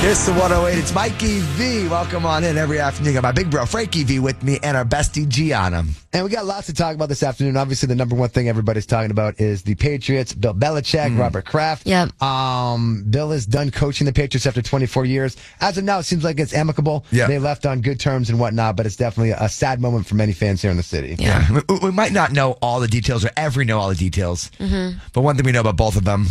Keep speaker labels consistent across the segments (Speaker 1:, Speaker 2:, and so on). Speaker 1: Kiss the 108. It's Mikey V. Welcome on in every afternoon. Got my big bro Frankie V with me and our bestie Gianna. And we got lots to talk about this afternoon. Obviously, the number one thing everybody's talking about is the Patriots. Bill Belichick, Robert Kraft.
Speaker 2: Yep.
Speaker 1: Um, Bill is done coaching the Patriots after 24 years. As of now, it seems like it's amicable.
Speaker 2: Yeah.
Speaker 1: They left on good terms and whatnot, but it's definitely a sad moment for many fans here in the city.
Speaker 2: Yeah.
Speaker 1: yeah.
Speaker 2: We, we might not know all the details or ever know all the details, but one thing we know about both of them,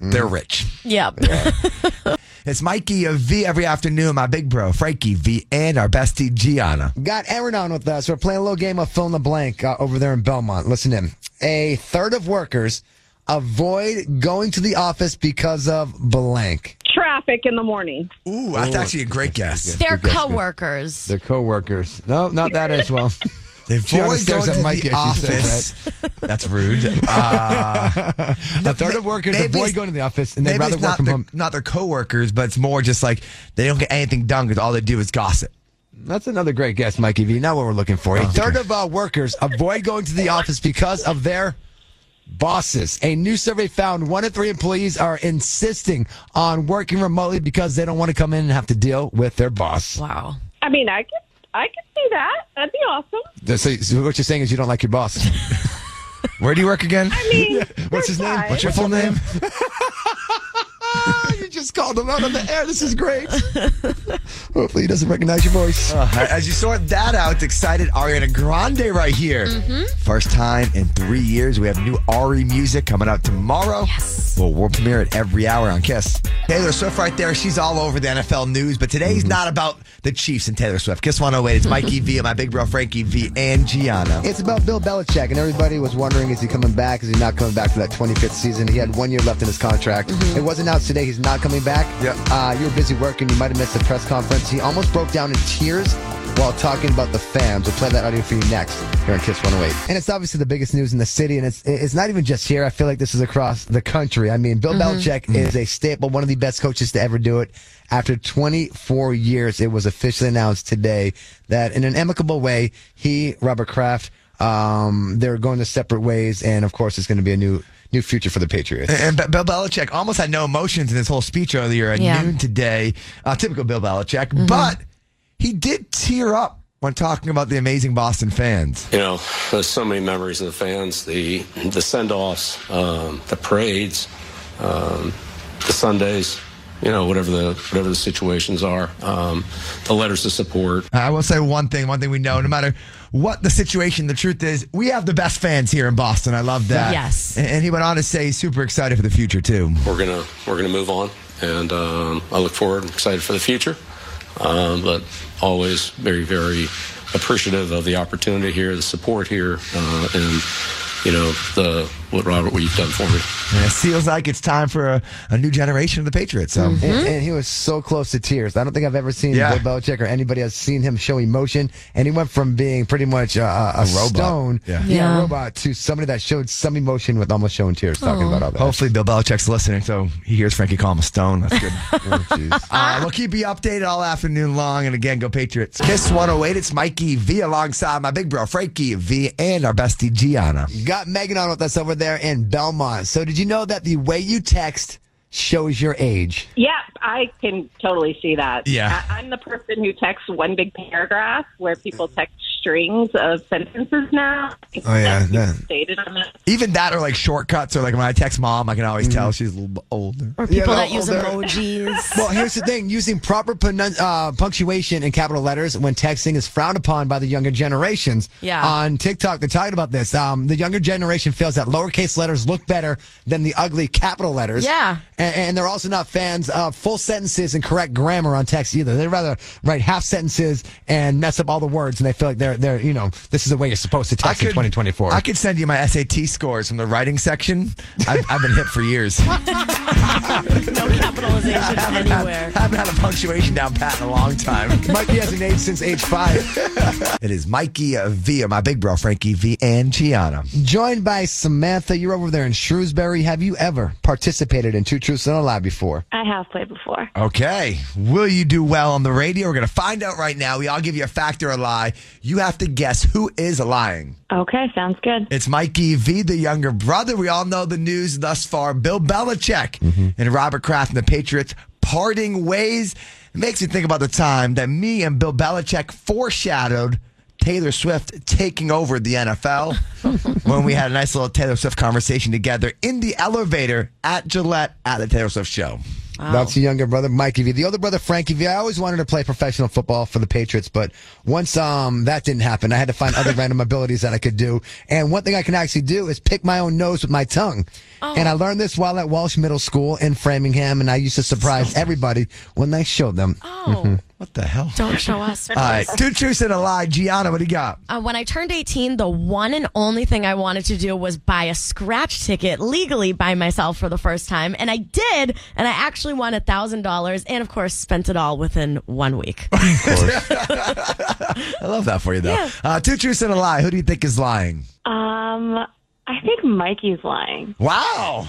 Speaker 1: Mm-hmm.
Speaker 2: they're rich.
Speaker 3: Yep.
Speaker 2: It's Mikey of V every afternoon, my big bro, Frankie V, and our bestie Gianna.
Speaker 1: Got Aaron on with us. We're playing a little game of fill in the blank uh, over there in Belmont. Listen in. A third of workers avoid going to the office because of blank.
Speaker 4: traffic in the morning.
Speaker 2: Ooh, that's actually a great guess.
Speaker 3: They're
Speaker 1: good, good.
Speaker 3: coworkers.
Speaker 1: Their coworkers. No, not that as well.
Speaker 2: They
Speaker 1: always
Speaker 2: avoid
Speaker 1: stares
Speaker 2: going
Speaker 1: at
Speaker 2: to
Speaker 1: Mikey,
Speaker 2: the
Speaker 1: I should say,
Speaker 2: office. That's rude. Uh,
Speaker 1: a third of workers
Speaker 2: maybe
Speaker 1: avoid
Speaker 2: it's-
Speaker 1: going to the office and
Speaker 2: maybe
Speaker 1: they'd rather
Speaker 2: it's
Speaker 1: work
Speaker 2: not
Speaker 1: from
Speaker 2: their,
Speaker 1: home.
Speaker 2: Not their coworkers, but it's more just like they don't get anything done because all they do is gossip.
Speaker 1: That's another great guess, Mikey V. Not what we're looking for.
Speaker 2: Oh,
Speaker 1: A third of uh, workers avoid going to the office because of their bosses. A new survey found one in three employees are insisting on working remotely because they don't want to come in and have to deal with their boss.
Speaker 3: Wow.
Speaker 4: I mean, I could I could see that. That'd be awesome.
Speaker 1: So, so what you're saying is you don't like your boss.
Speaker 2: Where do you work again?
Speaker 4: I mean,
Speaker 1: What's his name?
Speaker 4: Right.
Speaker 1: What's your full name? you just called him out on the air. This is great. Hopefully he doesn't recognize your voice.
Speaker 2: Uh, As you sort that out, it's excited Ariana Grande right here. First time in three years, we have new Ari music coming out tomorrow. Yes. Well, we'll premiere it every hour on Kiss. Taylor Swift right there. She's all over the NFL news, but today's
Speaker 1: Mm-hmm.
Speaker 2: not about the Chiefs and Taylor Swift. Kiss 108. It's Mikey V and my big bro Frankie V and Gianna.
Speaker 1: It's about Bill Belichick, and everybody was wondering is he coming back? Is he not coming back for that 25th season? He had one year left in his contract. It was announced today he's not coming back.
Speaker 2: Yep.
Speaker 1: Uh, you were busy working. You might have missed the press conference. He almost broke down in tears while talking about the fans. We'll play that audio for you next here on Kiss 108. And it's obviously the biggest news in the city, and it's it's not even just here. I feel like this is across the country. I mean, Bill Belichick is a staple, one of the best coaches to ever do it. After 24 years, it was officially announced today that in an amicable way, he, Robert Kraft, um, they're going to separate ways, and of course, it's going to be a new new future for the Patriots.
Speaker 2: And B- Bill Belichick almost had no emotions in this whole speech earlier at
Speaker 3: Yeah.
Speaker 2: noon today. Uh, typical Bill Belichick, but he did tear up when talking about the amazing Boston fans.
Speaker 5: You know, there's so many memories of the fans, the the send-offs, um, the parades, um, the Sundays. You know, whatever the whatever the situations are, um, the letters of support.
Speaker 2: I will say one thing. One thing we know, no matter what the situation, the truth is we have the best fans here in Boston. I love that.
Speaker 3: Yes.
Speaker 2: And, and he went on to say he's super excited for the future too.
Speaker 5: We're gonna we're gonna move on, and um, I look forward, and excited for the future, um, but always very very appreciative of the opportunity here, the support here, uh, and you know the what Robert what you've done for me.
Speaker 2: And it feels like it's time for a, a new generation of the Patriots. So.
Speaker 1: And, and he was so close to tears. I don't think I've ever seen
Speaker 2: Yeah.
Speaker 1: Bill Belichick or anybody has seen him show emotion. And he went from being pretty much a, a, a stone,
Speaker 2: Yeah.
Speaker 3: Yeah.
Speaker 1: a robot, to somebody that showed some emotion with almost showing tears talking about all that.
Speaker 2: Hopefully, Bill Belichick's listening, so he hears Frankie call him a stone. That's good.
Speaker 1: Oh,
Speaker 2: uh, we'll keep you updated all afternoon long. And again, go Patriots. Kiss 108. It's Mikey V alongside my big bro, Frankie V, and our bestie, Gianna.
Speaker 1: Got Megan on with us over there in Belmont. So did you know that the way you text shows your age?
Speaker 4: yeah, I can totally see that.
Speaker 2: Yeah.
Speaker 4: I, I'm the person who texts one big paragraph where people text strings of sentences now.
Speaker 2: Oh, yeah, yeah.
Speaker 4: Stated on that.
Speaker 2: Even that are like shortcuts or like when I text mom, I can always tell she's a little bit older.
Speaker 1: Or people
Speaker 3: that use emojis.
Speaker 1: Mm-hmm. Well, here's the thing: using proper pronun- uh, punctuation and capital letters when texting is frowned upon by the younger generations.
Speaker 3: Yeah.
Speaker 1: On TikTok, they're talking about this. Um, the younger generation feels that lowercase letters look better than the ugly capital letters.
Speaker 3: Yeah.
Speaker 1: And, and they're also not fans of full sentences and correct grammar on text either. They'd rather write half sentences and mess up all the words, and they feel like they're they're you know this is the way you're supposed to text in 2024.
Speaker 2: I could send you my SAT scores from the writing section. I've, I've been hit for years.
Speaker 3: No capitalization anywhere.
Speaker 2: haven't had a punctuation down pat in a long time.
Speaker 1: Mikey hasn't aged since age five.
Speaker 2: it is Mikey uh, V, my big bro, Frankie V, and Gianna.
Speaker 1: Joined by Samantha, you're over there in Shrewsbury. Have you ever participated in Two Truths and a Lie before?
Speaker 4: I have played before.
Speaker 2: Okay. Will you do well on the radio? We're going to find out right now. We all give you a fact or a lie. You have to guess who is lying.
Speaker 4: Okay, sounds good.
Speaker 2: It's Mikey V, the younger brother. We all know the news thus far. Bill Belichick and Robert Kraft and the Patriots parting ways. It makes me think about the time that me and Bill Belichick foreshadowed Taylor Swift taking over the NFL when we had a nice little Taylor Swift conversation together in the elevator at Gillette at the Taylor Swift show.
Speaker 1: That's the younger brother, Mikey V. The older brother, Frankie V. I always wanted to play professional football for the Patriots, but once um that didn't happen, I had to find other random abilities that I could do. And one thing I can actually do is pick my own nose with my tongue. And I
Speaker 2: Oh.
Speaker 1: learned this while at Walsh Middle School in Framingham, and I used to surprise everybody when I showed them.
Speaker 3: Oh,
Speaker 2: What the hell?
Speaker 3: don't show us.
Speaker 2: All right, two truths and a lie. Gianna, what do you got?
Speaker 6: Uh, when I turned 18, the one and only thing I wanted to do was buy a scratch ticket legally by myself for the first time. And I did. And I actually won $1,000 and, of course, spent it all within one week.
Speaker 2: I love that for you, though. Uh, two truths and a lie. Who do you think is lying?
Speaker 4: Um, I think Mikey's lying.
Speaker 2: Wow.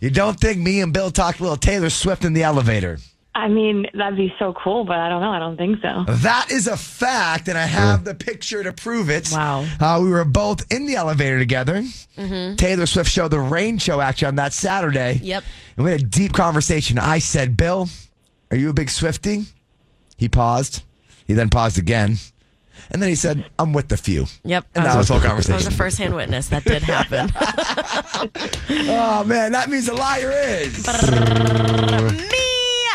Speaker 2: You don't think me and Bill talked a little Taylor Swift in the elevator?
Speaker 4: I mean, that'd be so cool, but I don't know. I don't think so.
Speaker 2: That is a fact, and I have the picture to prove it.
Speaker 6: Wow. Mm-hmm.
Speaker 2: Uh, we were both in the elevator together. Taylor Swift show, the rain show, actually, on that Saturday.
Speaker 6: Yep.
Speaker 2: And we had a deep conversation. I said, Bill, are you a big Swifty? He paused. He then paused again. And then he said, I'm with the few.
Speaker 6: Yep.
Speaker 2: And
Speaker 6: I
Speaker 2: that was the whole
Speaker 6: I was
Speaker 2: conversation.
Speaker 6: a first hand witness. That did happen.
Speaker 2: Oh, man, that means a liar is.
Speaker 6: Me,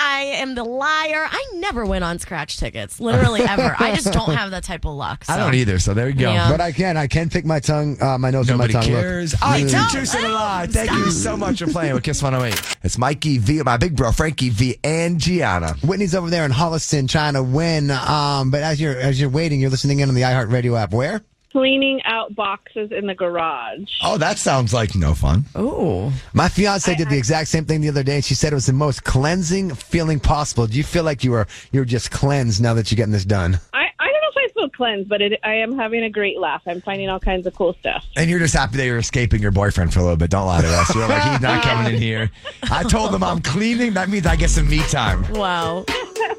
Speaker 6: I am the liar. I never win on scratch tickets, literally ever. I just don't have that type of luck. So.
Speaker 2: I don't either, so there you go.
Speaker 6: Yeah.
Speaker 1: But I can. I can pick my tongue, uh, my nose
Speaker 2: Nobody
Speaker 1: with my tongue. Look.
Speaker 2: cares. All right, two
Speaker 6: don't.
Speaker 2: truths and a lie. Thank you so much for playing with Kiss 108. It's Mikey V, my big bro, Frankie V, and Gianna.
Speaker 1: Whitney's over there in Holliston trying to win. Um, but as you're as you're waiting, you're listening in on the iHeartRadio app. Where?
Speaker 4: Cleaning out boxes in the garage.
Speaker 2: Oh, that sounds like no fun.
Speaker 6: Ooh.
Speaker 1: My fiance did the exact same thing the other day, and she said it was the most cleansing feeling possible. Do you feel like you were you're just cleansed now that you're getting this done?
Speaker 4: I, I don't know if I feel cleansed, but it, I am having a great laugh. I'm finding all kinds of cool stuff.
Speaker 2: And you're just happy that you're escaping your boyfriend for a little bit. Don't lie to us. You're like, he's not coming in here. I told him I'm cleaning. That means I get some me time.
Speaker 6: Wow.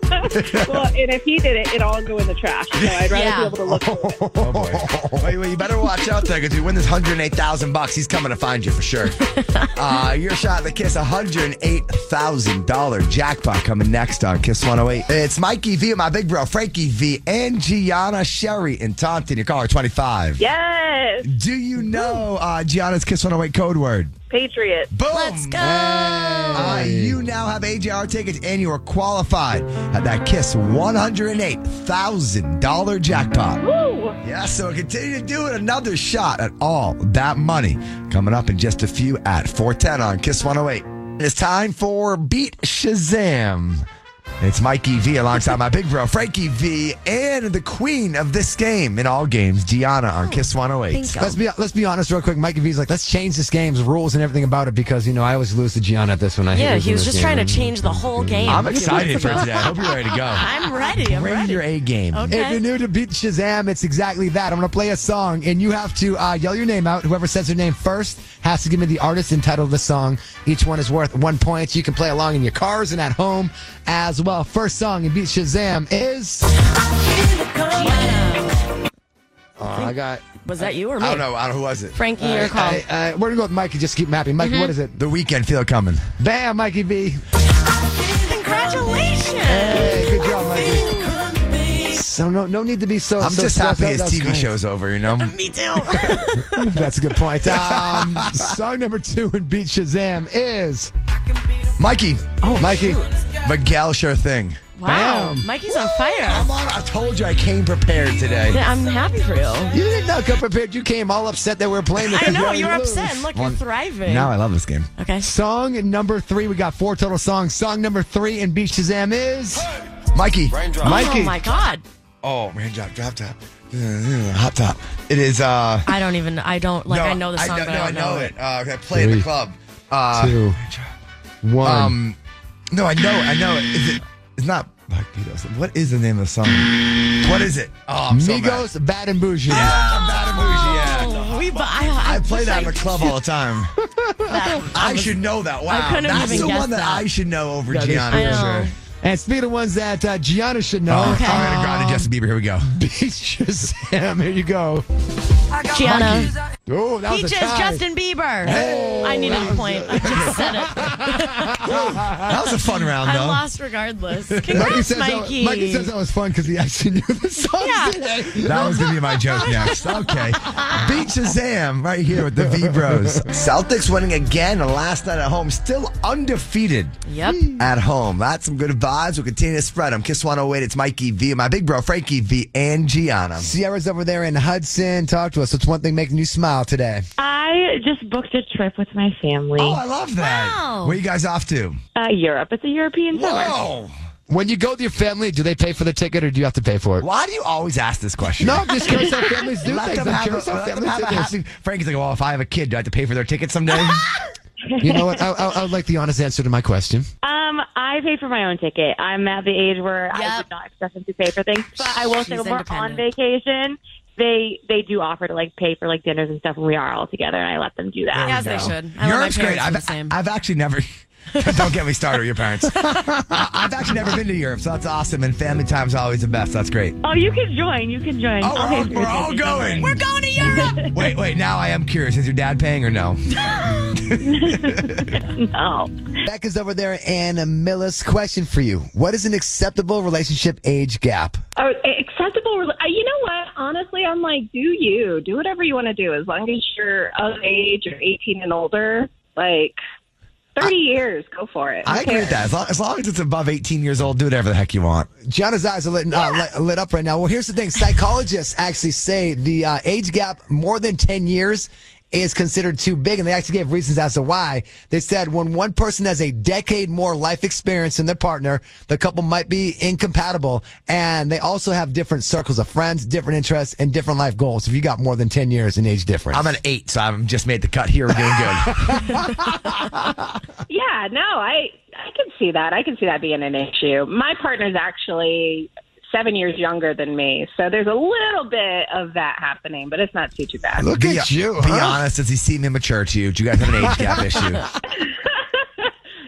Speaker 4: well, and if he did it, it'd all go in the trash. So I'd rather
Speaker 6: Yeah.
Speaker 4: be able to look.
Speaker 2: Oh, boy. Well, you- you better watch out there because you win this 108,000 bucks. He's coming to find you for sure. Uh, your shot at the Kiss $108,000 jackpot coming next on Kiss 108. It's Mikey V, and my big bro, Frankie V, and Gianna Sherry in Taunton. Your caller 25.
Speaker 4: Yes,
Speaker 2: Do you know uh, Gianna's Kiss 108 code word?
Speaker 4: Patriot.
Speaker 2: Boom!
Speaker 6: Let's go.
Speaker 2: Uh, you now have AJR tickets and you are qualified at that Kiss $108,000 jackpot.
Speaker 4: Woo!
Speaker 2: Yeah, so continue to do it. Another shot at all that money coming up in just a few at 410 on Kiss 108. It's time for Beat Shazam. It's Mikey V alongside my big bro, Frankie V, and the queen of this game in all games, Gianna
Speaker 6: Oh,
Speaker 2: on Kiss 108.
Speaker 6: Bingo.
Speaker 1: Let's be let's be honest real quick. Mike and V's like, let's change this game's rules and everything about it because you know I always lose to Gianna at this one. I hate
Speaker 6: Yeah,
Speaker 1: losing
Speaker 6: he was
Speaker 1: this
Speaker 6: just trying to
Speaker 1: game.
Speaker 6: change the whole game.
Speaker 2: I'm excited for today. I hope you're ready to go.
Speaker 6: I'm ready. I'm
Speaker 2: Bring
Speaker 6: ready.
Speaker 2: your A game.
Speaker 1: If you're new to Beat Shazam, it's exactly that. I'm going to play a song, and you have to uh, yell your name out. Whoever says their name first has to give me the artist and title of the song. Each one is worth one point. You can play along in your cars and at home as well. First song in Beat Shazam is. Uh, I got.
Speaker 6: Was that you or me?
Speaker 2: I don't know. I don't, who was it?
Speaker 6: Frankie, your
Speaker 2: Oh.
Speaker 6: call.
Speaker 1: I, I, we're going to go with Mikey. Just keep mapping. Mikey, what is it?
Speaker 2: The weekend feel it coming.
Speaker 1: Bam, Mikey B.
Speaker 6: Congratulations.
Speaker 1: Hey, good job, Mikey. So no, no need to be so.
Speaker 2: I'm
Speaker 1: Oh, so
Speaker 2: just
Speaker 1: stressed
Speaker 2: happy
Speaker 1: out.
Speaker 2: his
Speaker 1: That was
Speaker 2: TV
Speaker 1: great.
Speaker 2: show's over, you know?
Speaker 6: Me too.
Speaker 1: That's a good point. Um, song number two in Beat Shazam is
Speaker 2: Mikey,
Speaker 1: oh, Mikey.
Speaker 2: Miguel sure thing.
Speaker 6: Wow.
Speaker 1: Bam.
Speaker 6: Mikey's on fire.
Speaker 2: Come on, I told you I came prepared today.
Speaker 6: Yeah, I'm happy for you.
Speaker 1: You did not come prepared. You came all upset that we are playing.
Speaker 6: I
Speaker 1: because
Speaker 6: know,
Speaker 1: already
Speaker 6: you're
Speaker 1: lose.
Speaker 6: upset. and Look, you're thriving.
Speaker 2: Now I love this game.
Speaker 6: Okay.
Speaker 1: Song number three. We got four total songs. Song number three in Beat Shazam is
Speaker 2: Mikey.
Speaker 6: Oh
Speaker 1: Mikey.
Speaker 6: my God.
Speaker 2: Oh, raindrop, drop top. Hot top. It is, uh.
Speaker 6: I don't even, I don't, like,
Speaker 2: no,
Speaker 6: I know the song,
Speaker 2: I
Speaker 6: but I don't
Speaker 2: no,
Speaker 6: know,
Speaker 2: I know
Speaker 6: it.
Speaker 2: it. Uh, I play in the
Speaker 1: Three,
Speaker 2: club. Uh,
Speaker 1: two, one.
Speaker 2: Um, no, I know, I know. it. Is it, it's not Black Beatles. What is the name of the song? What is it? Oh, I'm so mad.
Speaker 1: Migos, Bad and Bougie.
Speaker 2: Yeah, Madame Bougie, yeah.
Speaker 6: Oh, we, but I, I,
Speaker 2: I play
Speaker 6: wish
Speaker 2: that
Speaker 6: I
Speaker 2: in the club all the time.
Speaker 6: did that.
Speaker 2: I should know that. Wow,
Speaker 6: couldn't have
Speaker 2: that's
Speaker 6: even
Speaker 2: the one
Speaker 6: guessed
Speaker 2: that,
Speaker 6: that.
Speaker 2: I should know over
Speaker 1: That is
Speaker 2: Gianna.
Speaker 6: I know.
Speaker 2: for sure. Oh,
Speaker 1: And speaking of ones that uh, Gianna should know,
Speaker 6: Okay.
Speaker 2: I'm gonna
Speaker 6: Um,
Speaker 2: grind to Justin Bieber. Here we go.
Speaker 1: Beat Shazam. Here you go.
Speaker 6: Gianna.
Speaker 1: Oh, that
Speaker 6: Peaches,
Speaker 1: was a tie.
Speaker 6: Justin Bieber. I needed a point. I just said
Speaker 4: Oh,
Speaker 6: it.
Speaker 2: That was a fun round,
Speaker 6: I
Speaker 2: though.
Speaker 6: lost regardless. Congrats,
Speaker 1: says
Speaker 4: uh,
Speaker 6: Mikey.
Speaker 1: That, Mikey says that was fun because he actually knew the songs.
Speaker 6: Yeah.
Speaker 1: today.
Speaker 2: That was gonna be my joke next. Okay, beat Shazam right here with the V Bros. Celtics winning again last night at home, still undefeated
Speaker 6: Yep.
Speaker 4: "Hmm,
Speaker 2: at home. That's some good vibes. We'll continue to spread them. Kiss 108. It's Mikey V, my big bro Frankie V, and Gianna.
Speaker 1: Sierra's over there in Hudson. Talk to us. What's one thing making you smile today?
Speaker 4: I just booked a trip with my family.
Speaker 2: Oh, I love that.
Speaker 6: Wow.
Speaker 2: Where you guys off to?
Speaker 4: Uh, Europe. It's a European summer.
Speaker 2: Whoa!
Speaker 1: When you go with your family, do they pay for the ticket or do you have to pay for it?
Speaker 2: Why do you always ask this question?
Speaker 1: No, I'm just curious how families do
Speaker 2: Let
Speaker 1: things.
Speaker 2: them
Speaker 1: I'm
Speaker 2: have, a,
Speaker 1: curious how
Speaker 2: let them
Speaker 1: families
Speaker 2: have a
Speaker 1: do this.
Speaker 2: happy. Frankie's like, well, if I have a kid, do I have to pay for their ticket someday?
Speaker 1: You know what? I, I, I would like the honest answer to my question.
Speaker 4: Um, I pay for my own ticket. I'm at the age where I
Speaker 6: Yep.
Speaker 4: would not expect them to pay for things. But I will say,
Speaker 6: She's
Speaker 4: when we're on
Speaker 6: independent.
Speaker 4: vacation, they they do offer to like pay for like dinners and stuff when we are all together, and I let them do that.
Speaker 6: As they should. I love my
Speaker 2: Europe's great.
Speaker 6: parents.
Speaker 2: I've,
Speaker 6: I'm the same.
Speaker 2: I've actually never. Don't get me started with your parents. I, I've actually never been to Europe, so that's awesome. And family time's always the best. That's great.
Speaker 4: Oh, you can join. You can join.
Speaker 2: Oh, we're
Speaker 4: I'll pay
Speaker 2: all,
Speaker 4: for your
Speaker 2: we're all
Speaker 4: ticket, don't
Speaker 2: going.
Speaker 4: worry.
Speaker 2: We're going to Europe. wait, wait. Now I am curious. Is your dad paying or no?
Speaker 4: No.
Speaker 1: Becca's over there and Millis. Question for you: What is an acceptable relationship age gap?
Speaker 4: Oh, acceptable. rela- uh, You know what? Honestly, I'm like, do you do whatever you want to do as long as you're of age or 18 and older. Like, 30 years, go for it.
Speaker 2: I agree with that. As long, as long as it's above 18 years old, do whatever the heck you want.
Speaker 1: Gianna's eyes are lit, uh, lit, lit up right now. Well, here's the thing: psychologists actually say the uh, age gap more than ten years is considered too big, and they actually gave reasons as to why. They said when one person has a decade more life experience than their partner, the couple might be incompatible, and they also have different circles of friends, different interests, and different life goals. If you got more than ten years in age difference,
Speaker 2: I'm an eight, so I'm just made the cut here. We're doing good.
Speaker 4: Yeah, no, I I can see that. I can see that being an issue. My partner's actually seven years younger than me, so there's a little bit of that happening, but it's not too too bad.
Speaker 1: Look
Speaker 2: be,
Speaker 1: at you,
Speaker 2: Be
Speaker 1: huh?
Speaker 2: honest. Does he seem immature to you? Do you guys have an age gap issue?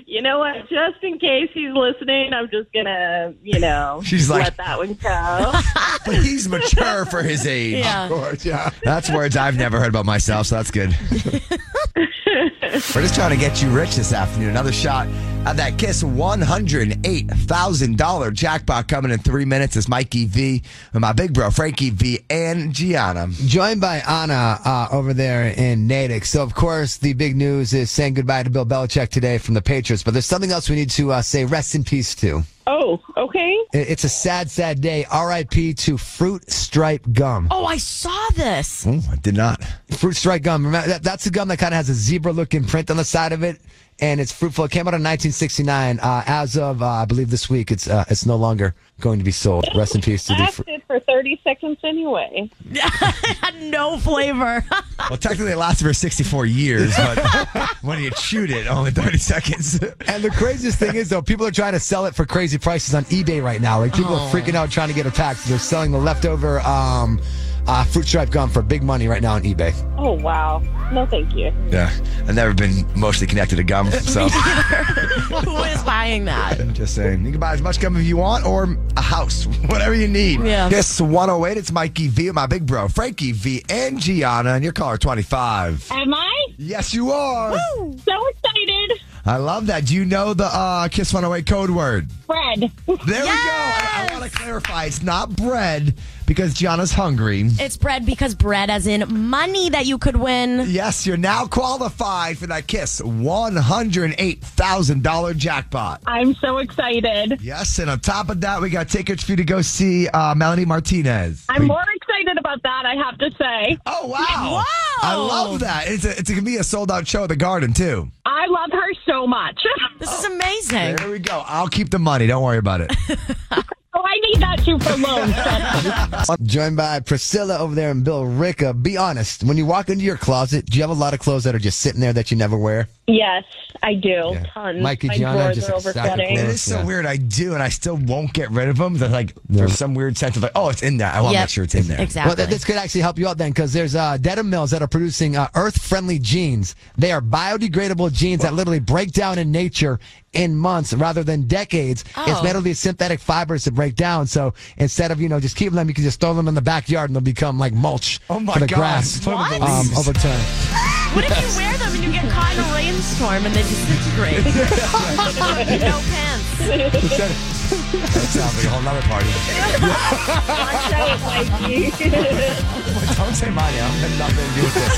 Speaker 4: You know what? Just in case he's listening, I'm just gonna you know
Speaker 2: She's like-
Speaker 4: let that one go.
Speaker 2: But he's mature for his age.
Speaker 6: yeah.
Speaker 2: That's words I've never heard about myself, so that's good. We're just trying to get you rich this afternoon. Another shot at that Kiss $108,000 jackpot coming in three minutes. It's Mikey V and my big bro, Frankie V, and Gianna.
Speaker 1: Joined by Anna uh, over there in Natick. So, of course, the big news is saying goodbye to Bill Belichick today from the Patriots. But there's something else we need to uh, say rest in peace to.
Speaker 4: oh, okay.
Speaker 1: I- It's a sad, sad day. R.I.P. to Fruit Stripe Gum.
Speaker 6: Oh, I saw this.
Speaker 4: Hmm?
Speaker 2: Oh, I did not.
Speaker 1: Fruit Stripe Gum. Remember, that, that's a gum that kind of has a zebra looking print on the side of it. And it's fruitful. It came out in 1969. Uh, as of, uh, I believe, this week, it's uh, it's no longer going to be sold. Rest in peace to the fruit.
Speaker 4: Lasted for 30 seconds anyway.
Speaker 6: Had no flavor.
Speaker 2: Well, technically, it lasted for 64 years, but when you chewed it, only 30 seconds.
Speaker 1: And the craziest thing is, though, people are trying to sell it for crazy prices on eBay right now. Like people
Speaker 2: Oh.
Speaker 1: are freaking out trying to get a pack, so they're selling the leftover um, uh, fruit stripe gum for big money right now on eBay.
Speaker 4: Oh wow. No, thank you.
Speaker 2: yeah, I've never been emotionally connected to gum, so
Speaker 6: Who is buying that?
Speaker 2: I'm just saying. You can buy as much gum if you want or a house, whatever you need.
Speaker 6: Yeah.
Speaker 2: Kiss 108. It's Mikey V, and my big bro, Frankie V, and Gianna, and your caller 25.
Speaker 4: Am I
Speaker 2: Yes, you are.
Speaker 4: so excited?
Speaker 2: I love that. Do you know the uh, Kiss 108 code word?
Speaker 4: Fred.
Speaker 2: There we go. I, I want to clarify. It's not bread because Gianna's hungry.
Speaker 6: It's bread because bread, as in money that you could win.
Speaker 2: Yes, you're now qualified for that Kiss $108,000 jackpot.
Speaker 4: I'm so excited.
Speaker 2: Yes, and on top of that, we got tickets for you to go see uh, Melanie Martinez.
Speaker 4: I'm
Speaker 2: We-
Speaker 4: more excited about that, I have to say.
Speaker 2: Oh, wow.
Speaker 6: Whoa.
Speaker 2: I love that. It's, a, it's going to be a sold out show at the garden, too.
Speaker 4: I love her so much.
Speaker 6: This is amazing.
Speaker 2: There we go. I'll keep the money. Don't worry about it.
Speaker 4: Oh, I need that too for loans.
Speaker 1: Joined by Priscilla over there and Bill Ricka. Be honest, when you walk into your closet, do you have a lot of clothes that are just sitting there that you never wear?
Speaker 4: yes, I do.
Speaker 1: Yeah.
Speaker 4: Tons.
Speaker 1: Mikey,
Speaker 4: My
Speaker 1: Gianna,
Speaker 4: drawers
Speaker 1: just
Speaker 4: are
Speaker 1: a sack of
Speaker 4: overflowing.
Speaker 2: It is so
Speaker 1: Yeah.
Speaker 2: weird. I do, and I still won't get rid of them. They're like, there's some weird sense of like, oh, it's in there. I want to
Speaker 6: Yep.
Speaker 2: make sure it's in there.
Speaker 6: Exactly.
Speaker 1: Well, th- this could actually help you out then, because there's uh, Dedham Mills that are producing uh, earth-friendly jeans. They are biodegradable jeans that literally break down in nature in months rather than decades. It's
Speaker 6: Oh.
Speaker 1: made of these synthetic fibers that break down. So instead of you know just keeping them, you can just throw them in the backyard and they'll become like mulch
Speaker 2: Oh my
Speaker 1: for the
Speaker 2: God.
Speaker 1: grass
Speaker 2: Put 'em in the
Speaker 1: um,
Speaker 2: leaves.
Speaker 1: over time.
Speaker 6: What if you wear them and you get caught in a rainstorm and they disintegrate? no pants.
Speaker 2: That sounds like a whole nother party. Don't say my name. I'm nothing to do with this,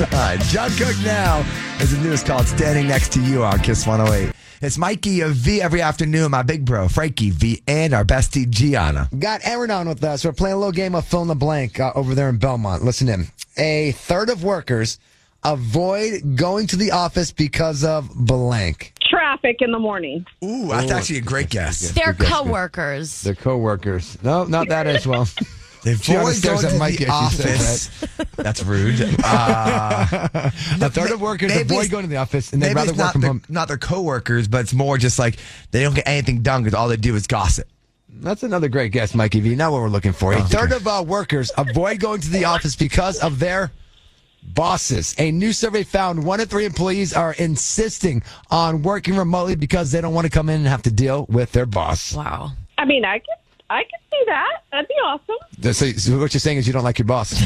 Speaker 2: okay? All right, John Cook now is a news called Standing Next to You on Kiss 108. It's Mikey of V every afternoon, my big bro, Frankie V, and our bestie Gianna.
Speaker 1: Got Aaron on with us. We're playing a little game of fill in the blank uh, over there in Belmont. Listen in. A third of workers avoid going to the office because of blank.
Speaker 4: Traffic in the morning.
Speaker 2: Ooh, that's actually a great guess.
Speaker 6: They're coworkers.
Speaker 1: Their coworkers. No, not that as well.
Speaker 2: They
Speaker 1: Gianna
Speaker 2: avoid
Speaker 1: stares
Speaker 2: going
Speaker 1: at
Speaker 2: to
Speaker 1: Mikey
Speaker 2: the
Speaker 1: as she
Speaker 2: office.
Speaker 1: says
Speaker 2: That's rude. Uh,
Speaker 1: a third of workers avoid
Speaker 2: it's-
Speaker 1: going to the office and they'd
Speaker 2: maybe
Speaker 1: rather
Speaker 2: it's
Speaker 1: work
Speaker 2: not
Speaker 1: from
Speaker 2: their,
Speaker 1: home.
Speaker 2: Not their coworkers, but it's more just like they don't get anything done because all they do is gossip.
Speaker 1: That's another great guess, Mikey V. Not what we're looking for. A third of uh, workers avoid going to the office because of their bosses. A new survey found one in three employees are insisting on working remotely because they don't want to come in and have to deal with their boss.
Speaker 6: Wow.
Speaker 4: I mean, I could, I could see that. That'd be awesome.
Speaker 1: So, so what you're saying is you don't like your boss.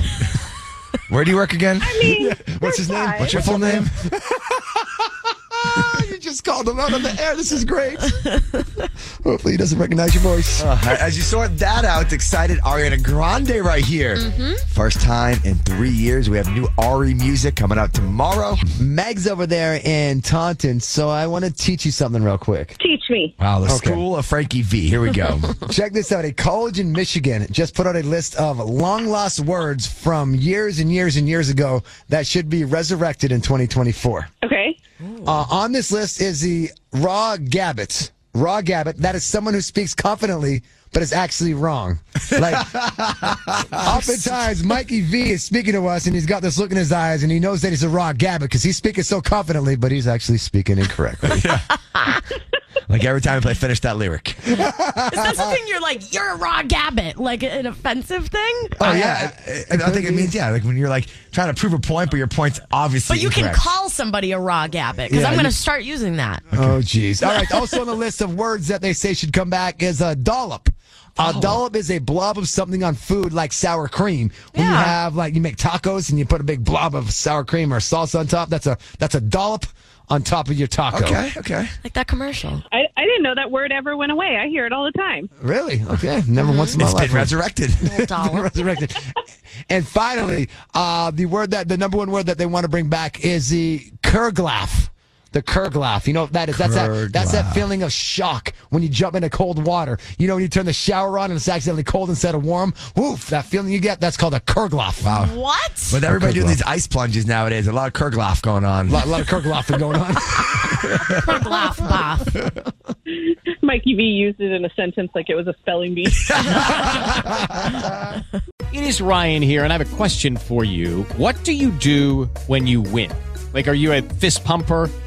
Speaker 2: Where do you work again?
Speaker 4: I mean,
Speaker 2: What's his name?
Speaker 4: fine.
Speaker 2: What's your full name?
Speaker 1: you just called him out on the air. This is great. Hopefully he doesn't recognize your voice.
Speaker 2: Uh, As you sort that out, it's excited Ariana Grande right here. First time in three years. We have new Ari music coming out tomorrow.
Speaker 1: Meg's over there in Taunton, so I want to teach you something real quick.
Speaker 4: teach me.
Speaker 2: Wow, the
Speaker 1: Okay.
Speaker 2: school of Frankie V. Here we go.
Speaker 1: Check this out. A college in Michigan just put out a list of long lost words from years and years and years ago that should be resurrected in 2024.
Speaker 4: Okay.
Speaker 1: Uh, on this list is the raw gabbit. Raw gabbit. That is someone who speaks confidently, but is actually wrong. Like, oftentimes, Mikey V is speaking to us, and he's got this look in his eyes, and he knows that he's a raw gabbit because he's speaking so confidently, but he's actually speaking incorrectly.
Speaker 2: like every time I play, finish that lyric.
Speaker 6: Is that something you're like, you're a raw gabbit? Like an offensive thing?
Speaker 2: Oh yeah, I, I- I think it means yeah, like when you're like trying to prove a point, but your point's obviously.
Speaker 6: But you can
Speaker 2: incorrect.
Speaker 6: call somebody a raw gabbit because
Speaker 1: Yeah,
Speaker 6: I'm going
Speaker 1: you-
Speaker 6: to start using that.
Speaker 1: Oh, jeez. All right. Also on the list of words that they say should come back is a dollop. A
Speaker 6: Oh.
Speaker 1: dollop is a blob of something on food like sour cream. When you
Speaker 6: Yeah.
Speaker 1: have like you make tacos and you put a big blob of sour cream or salsa on top, that's a that's a dollop on top of your taco.
Speaker 2: Okay, okay.
Speaker 6: Like that commercial.
Speaker 4: I, I didn't know that word ever went away. I hear it all the time.
Speaker 1: Really? Okay. Never once in my
Speaker 2: It's
Speaker 1: life.
Speaker 2: been resurrected.
Speaker 6: Dollar.
Speaker 1: resurrected. and finally, uh, the word that the number one word that they want to bring back is the Kerglaf. The Kerglaf. You know what that is? That's that that's that feeling of shock when you jump into cold water. You know when you turn the shower on and it's accidentally cold instead of warm. Woof, that feeling you get, that's called a Kerglaf. Wow.
Speaker 6: What?
Speaker 2: With everybody doing
Speaker 1: Kerglaf.
Speaker 2: these ice plunges nowadays, a lot of Kergloff going on.
Speaker 1: A lot, lot of Kerglaf going on.
Speaker 6: Laugh, laugh.
Speaker 4: Mikey V used it in a sentence like it was a spelling bee.
Speaker 7: It is Ryan here, and I have a question for you. What do you do when you win? Like, are you a fist pumper?